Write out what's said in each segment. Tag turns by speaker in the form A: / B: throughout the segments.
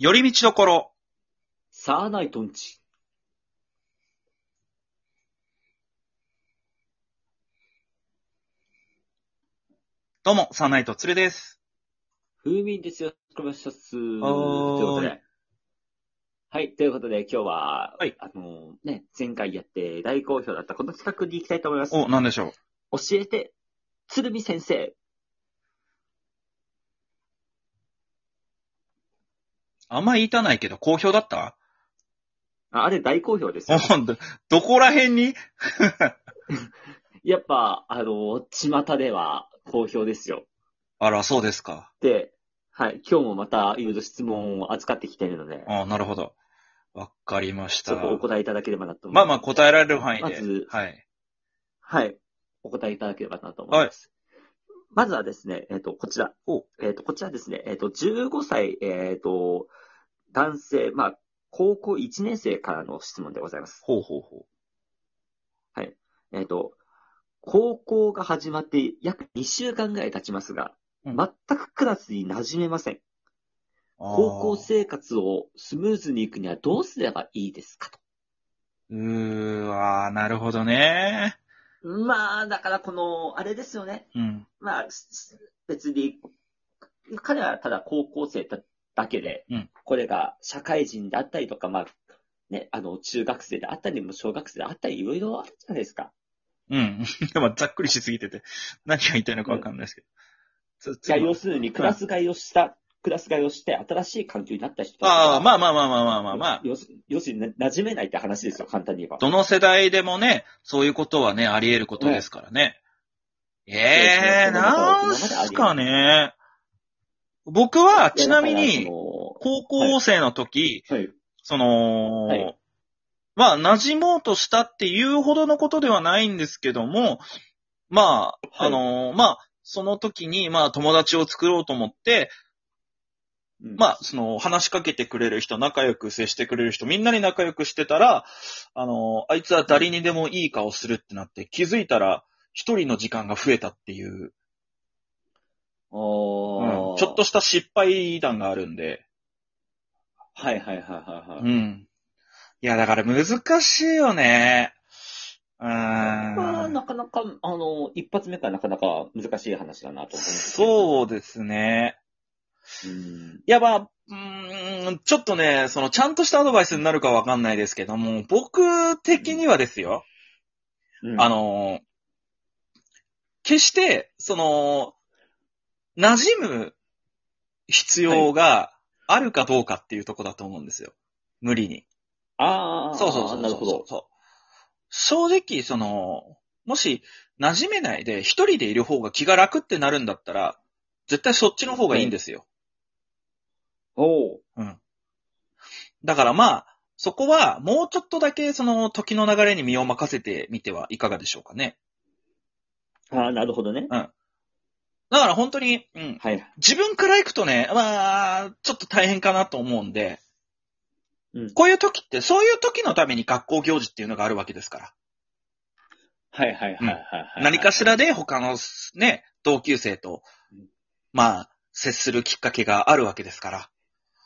A: 寄り道どころ。
B: サーナイトンチ。
A: どうも、サンナイトツルです。
B: 風味ですよ。よろしくお願いします。という
A: ーい
B: ことで。はい。ということで、今日は、
A: はい
B: あのーね、前回やって大好評だったこの企画に行きたいと思います。
A: お、なんでしょ
B: 教えて、鶴見先生。
A: う。あんま言いたないけど、好評だった
B: ああれ大好評 ですよ。
A: おど、どこら辺に
B: やっぱ、あのー巷では好評ですよ。
A: あら、そうですか。
B: で、はい。今日もまたいろいろ質問を扱ってきているので、
A: あなるほど。わかりまし
B: そ
A: た。
B: こお答えいただければなと思い
A: まあまあ、
B: え。
A: 答えられる範囲
B: ま
A: で。
B: ず
A: はい。
B: はい。お答えいただければなと思います。まずはですね、えっ、と、こちら。
A: お
B: えっ、と、こちらですね、えっ、と、15歳、えっ、と、男性、まあ、高校1年生からの質問でございます。
A: ほうほうほう。
B: えっ、と、高校が始まって約2週間ぐらい経ちますが、
A: うん
B: 全くクラスに馴染めません。
A: あー
B: 高校生活をスムーズにいくにはどうすればいいですかと。
A: うーわー、なるほどね。
B: まあ、だからこの、あれですよね。
A: うん。
B: まあ、す別に、彼はただ高校生だだけで、
A: うん
B: これが社会人であったりとか、まあ、ね、あの、中学生であったりも小学生であったり、いろいろあるじゃないですか。
A: うん。 でも、ざっくりしすぎてて、何が言いたいのかわかんないですけど。つ
B: じゃあ、要するにクラス替えをした、クラス替えをして、新しい環境になった人たちが
A: ああ、まあまあまあまあまあまあまあ。
B: 要す要するに、馴染めないって話ですよ、簡単に言えば。
A: どの世代でもね、そういうことはね、あり得ることですからね。ええ
B: そうですね
A: ー、なんすかね。僕は、ちなみ
B: いやだか
A: に、高校生の時、
B: らそのはい。
A: その、
B: はい
A: まあ、馴染もうとしたっていうほどのことではないんですけども、まあ、あのーまあ、その時に、まあ、友達を作ろうと思って、
B: うん
A: まあ、その、話しかけてくれる人、仲良く接してくれる人、みんなに仲良くしてたら、あの、あいつは誰にでもいい顔するってなって、気づいたら、一人の時間が増えたっていう、うん
B: おー
A: ちょっと、した失敗談があるんで、
B: はいはいはいはいはい。
A: うん。いや、だから難しいよね。う
B: ま
A: ー
B: あ、
A: ん。
B: なかなか、あの、一発目からなかなか難しい話だなと思
A: そううですね。
B: です。うん。
A: いや、まあ、うーん、ちょっとね、その、ちゃんとしたアドバイスになるかわかんないですけども、僕的にはですよ、
B: うん
A: あ、のー、決して、その、馴染む必要があるかどうかっていうとこだと思うんですよ。無理に。
B: ああ、
A: そうそうそう。
B: なるほど。
A: そう。正直、その、もし、馴染めないで一人でいる方が気が楽ってなるんだったら、絶対そっちの方がいいんですよ。
B: おう
A: だからまあ、そこは、もうちょっとだけ、その、時の流れに身を任せてみてはいかがでしょうかね。
B: ああ、なるほどね。
A: だから本当に、うん、
B: はい。
A: 自分から行くとね、まあ、ちょっと大変かなと思うんで、
B: うん
A: こういう時って、そういう時のために学校行事っていうのがあるわけですから。
B: はいはいはいはいはい。
A: 何かしらで他のね、同級生と
B: うん、
A: まあ、接するきっかけがあるわけですから。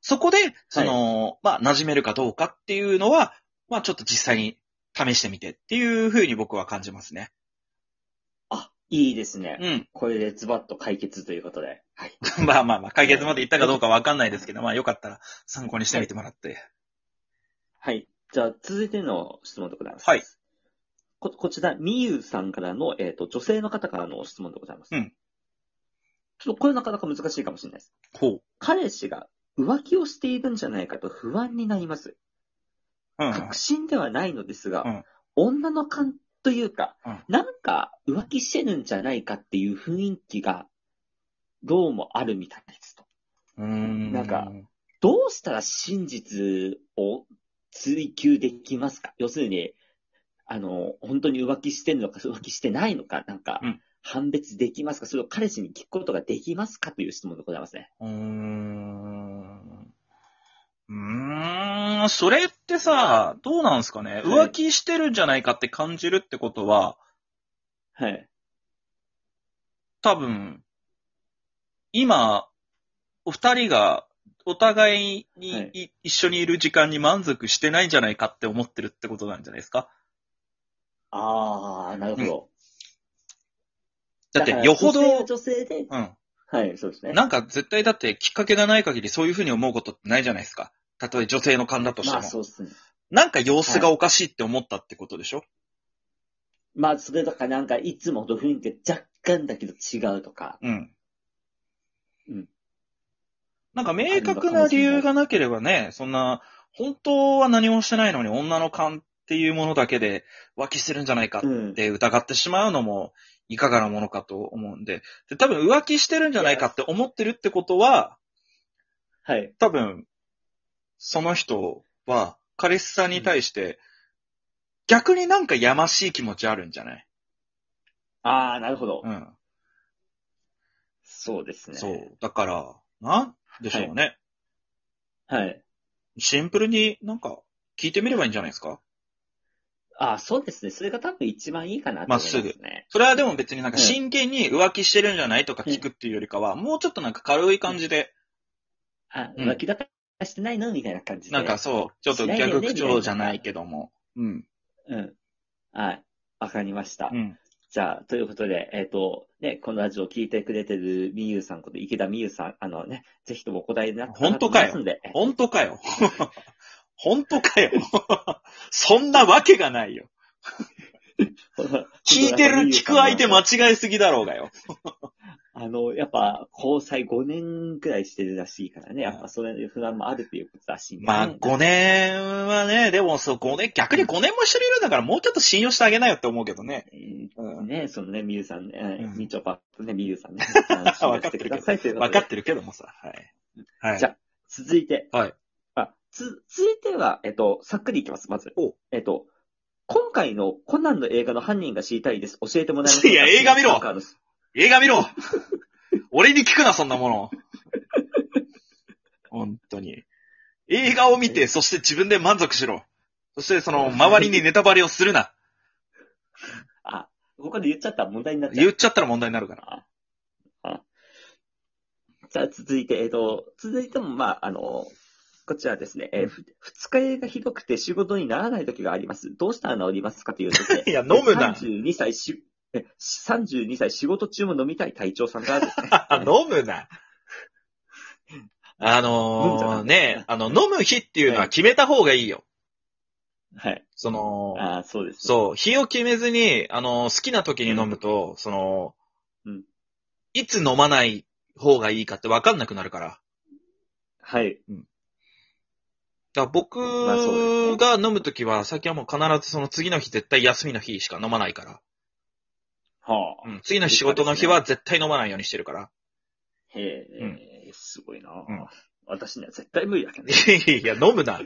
A: そこで、その、まあ、馴染めるかどうかっていうのは、まあ、ちょっと実際に試してみてっていうふうに僕は感じますね。
B: あ、いいですね。
A: うん。
B: これでズバッと解決ということで。はい。
A: まあまあまあ、解決まで行ったかどうかわかんないですけど、まあ、よかったら参考にしてみてもらって。
B: はい。じゃあ、続いての質問でございます。
A: はい。
B: こ、こちら、みゆさんからの、えっ、と、女性の方からの質問でございます。
A: うん。
B: ちょっとこれなかなか難しいかもしれないです。
A: ほう。
B: 彼氏が浮気をしているんじゃないかと不安になります。
A: うん。
B: 確信ではないのですが、
A: うん
B: 女の感というか、
A: うん
B: なんか浮気してるんじゃないかっていう雰囲気が、どうもあるみたいですと。
A: うーん
B: なんか、どうしたら真実を追求できますか要するに、あの、本当に浮気してるのか、浮気してないのか、なんか
A: うん、
B: 判別できますか、それを彼氏に聞くことができますかという質問でございますね。
A: うーん。うーん、それってさ、どうなんすかね、
B: はい
A: 浮気してるんじゃないかって感じるってことは、
B: はい。
A: 多分、今、お二人がお互いに、
B: はい
A: い一緒にいる時間に満足してないんじゃないかって思ってるってことなんじゃないですか
B: ああ、なるほど。
A: だっ
B: から
A: て、よほど、
B: 女性は女性で、
A: うん。
B: はい、そうですね。
A: なんか絶対だってきっかけがない限りそういうふうに思うことってないじゃないですか。たとえ女性の勘だとして
B: ま
A: も。
B: あ、そうですね。
A: なんか様子がおかしいって思ったってことでしょ、
B: まあ、それとかなんか、いつもと雰囲気が若干だけど違うとか。
A: うん。
B: うん。
A: なんか明確な理由がなければね、そんな、本当は何もしてないのに女の勘っていうものだけで浮気してるんじゃないかっ
B: うん。
A: て疑ってしまうのもいかがなものかと思うんで、で多分浮気してるんじゃないかって思ってるってことは、
B: はい。
A: 多分、その人は、彼氏さんに対して、逆になんかやましい気持ちあるんじゃない
B: ああ、なるほど。
A: うん。
B: そうですね。
A: そう。だから、なんでしょうね。
B: はい。
A: シンプルになんか、聞いてみればいいんじゃないですか
B: ああ、そうですね。それが多分一番いいかなと思いますね。
A: まっすそれはでも別になんか
B: うん
A: 真剣に浮気してるんじゃないとか聞くっていうよりかは、もうちょっとなんか軽い感じで、
B: あ、
A: うん
B: 浮気だからしてないのみたいな感じで。
A: なんかそう、ちょっと逆口調じゃないけども。うん。
B: うん。はい。わかりました。
A: うん。
B: じゃあ、ということで、えっ、と、ね、このラジオを聞いてくれてるみゆうさんこと池田みゆうさん、あのね、ぜひともお答えになって
A: 本当かよ
B: ますので、
A: 本当かよ。 本当かよ。 そんなわけがないよ。 聞いてる、聞く相手間
B: も
A: 違えすぎだろうがよ。
B: あの、やっぱ、交際5年くらいしてるらしいからね、やっぱ、それの不安もあるっていうことらしいんで、ね。
A: まあ、5年はね、でもそう、5年、逆に5年も一緒にいるんだから、もうちょっと信用してあげなよって思うけどね。
B: え
A: う
B: ー
A: ん。
B: ね、そのね、みゆうさんね、
A: うん
B: みちょぱとね、みゆうさん ね、
A: わかってるけど
B: くださいというこ
A: わ
B: と
A: か
B: で
A: ってるけどもさ。はい。はい。
B: じゃあ続いて。
A: はい。
B: あ、つ、続いては、えっと、さっくりいきます、まず。
A: お
B: えっと、今回のコナンの映画の犯人が知りたいです。教えてもらえますか
A: いや映画見ろ
B: サッカーの
A: 映画見ろ 俺に聞くな、そんなも の。本当に。映画を見て、そして自分で満足しろ。そして、その、周りにネタバレをするな。
B: あ、ここで言っちゃったら問題になっちゃ
A: 言
B: う。
A: っちゃったら問題になるから。
B: じゃあ続いて、えっと、続いても、まあ、あの、こちらですね、えーふ二日酔いがひどくて仕事にならない時があります。どうしたら治りますかというですね
A: 。いや飲むな。
B: 32歳し、え32歳仕事中も飲みたい隊長さんからです ね
A: あ飲むな。あ
B: 飲んじゃダ
A: のー、
B: メ
A: ね、あの、飲む日っていうのは決めた方がいいよ。
B: はい。
A: その、
B: あーそうですね。
A: そう、日を決めずに、あの、好きな時に飲むと、その、
B: うん
A: いつ飲まない方がいいかって分かんなくなるから。だか
B: はい。
A: ら
B: まあそうで
A: 僕
B: すね
A: が飲む時は、最近はもう必ずその次の日絶対休みの日しか飲まないから。
B: はあ。
A: うん、次の日仕事の日は絶対飲まないようにしてる から。
B: へえ、
A: うん
B: すごいな、
A: うん
B: 私には絶対無理だけどね。
A: いや、飲むな。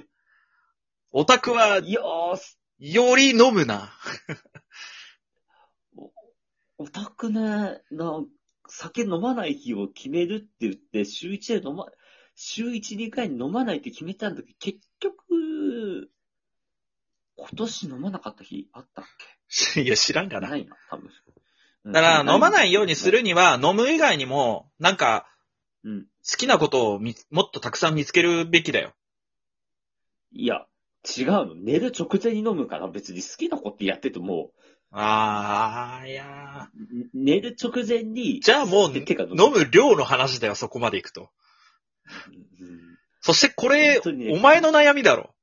A: オタクは、
B: よーす。
A: より飲むな。
B: オタクね、な、酒飲まない日を決めるって言って、週1で飲ま、週1、2回飲まないって決めたんだけど、結局、今年飲まなかった日あったっ
A: いや、知らんか
B: け
A: な
B: な。いな、多分。うん
A: だから、飲まないようにする。には、飲む以外にも、なんか、
B: うん。
A: 好きなことをみもっとたくさん見つけるべきだよ。
B: いや、違うの。寝る直前に飲むから別に好きなことやってても、
A: あー、いや
B: ん寝る直前に、
A: じゃあもう、
B: 手が伸び
A: 飲む量の話だよ、そこまで行くと。
B: うん
A: そしてこれ、
B: 本当にね
A: お前の悩みだろ。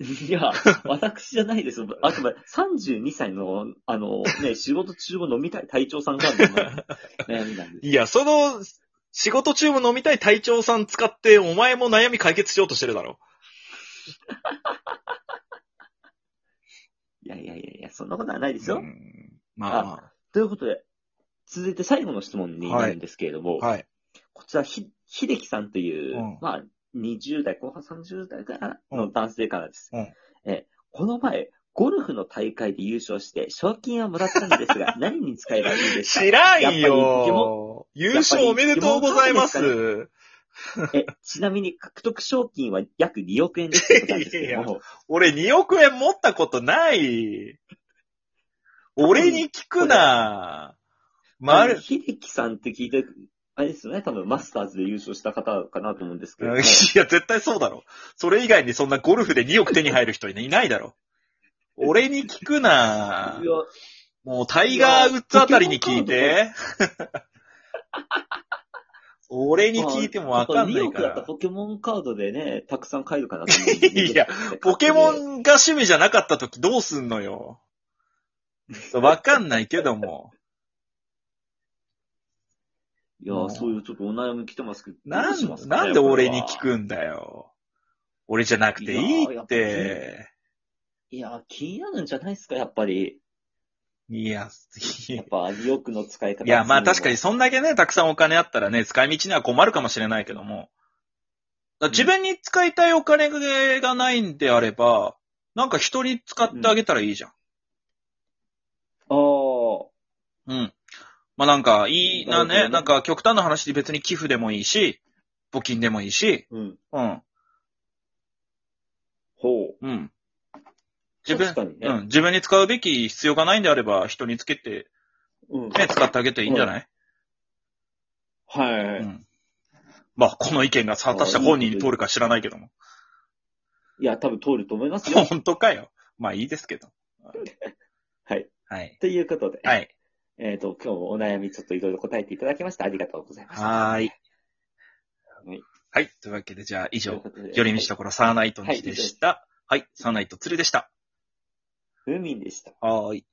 B: いや、私じゃないです。あくまで32歳の、あの、ね、仕事中も飲みたい隊長さんが 悩みなんです。
A: いや、その、仕事中も飲みたい隊長さん使って、お前も悩み解決しようとしてるだろ。
B: いやいやいやいや、そんなことはないですよ。
A: うんまあま
B: ということで、続いて最後の質問になるんですけれども、
A: あ、はい。
B: こちらひ、秀樹さんという、
A: うん
B: まあ、20代後半30代から
A: う
B: の男性からです。
A: うん
B: えこの前、ゴルフの大会で優勝して、賞金はもらったんです が、何に使えばいいですか
A: 知らん
B: やっぱりポケモン
A: よ。優勝おめでとうございます。
B: え、ちなみに獲得賞金は約2億円でしたことなんですけども、
A: 俺2億円持ったことない。俺に聞くな。ま
B: あの
A: る、
B: 秀樹さんって聞いて、あれですよね、多分マスターズで優勝した方かなと思うんです け
A: い
B: れど
A: や、
B: も、
A: 絶対そうだろ。それ以外にそんなゴルフで2億手に入る人いないだろ。俺に聞くない
B: や
A: もうタイガー・ウッズあたりに聞い て。俺に聞いてもわかんないか
B: まあやっぱニューヨークだったら
A: ら。
B: ポケモンカードでね、たくさん買えるかなと思うんで
A: いや、ポケモンが趣味じゃなかった時どうすんのよ。わかんないけども。
B: いや、そういうちょっとお悩み来てますけど。
A: な
B: どうします
A: ん、
B: かね
A: なんで俺に聞くんだよ。俺じゃなくていいって。
B: いや、気になるんじゃないですか、やっぱり。
A: いや、いや
B: やっぱ、ニューヨークの使い方。
A: いや、まあ確かに
B: そ
A: そんだけね、たくさんお金あったらね、使い道には困るかもしれないけども。だから自分に使いたいお金がないんであれば、なんか人に使ってあげたらいいじゃん。
B: う。
A: うん。まあなんか、いい、
B: な
A: な
B: るほどね
A: ね、なんか極端な話で別に寄付でもいいし、募金でもいいし、
B: ああ、うん。
A: うん、
B: ほう。
A: うん。自分、
B: 確かにね
A: うん、自分に使うべき必要がないんであれば、人につけて、
B: うん。
A: ね、使ってあげていいんじゃない、
B: は
A: う
B: い。
A: ん、まあ、この意見が果たして本人に通るか知らないけども。
B: いや、多分通ると思い ますよ。
A: 本当かよ。まあいいですけど。
B: はい。
A: はい。
B: ということで。
A: はい。
B: えっ、と、今日もお悩みちょっといろいろ答えていただきました。ありがとうございました。
A: はーい
B: はい。
A: はい。というわけで、じゃあ以
B: という
A: 上、
B: ことで
A: 寄り道ところサーナイトンチでした。はい。サーナイトツルでした。
B: ムーミンでした。
A: はーい。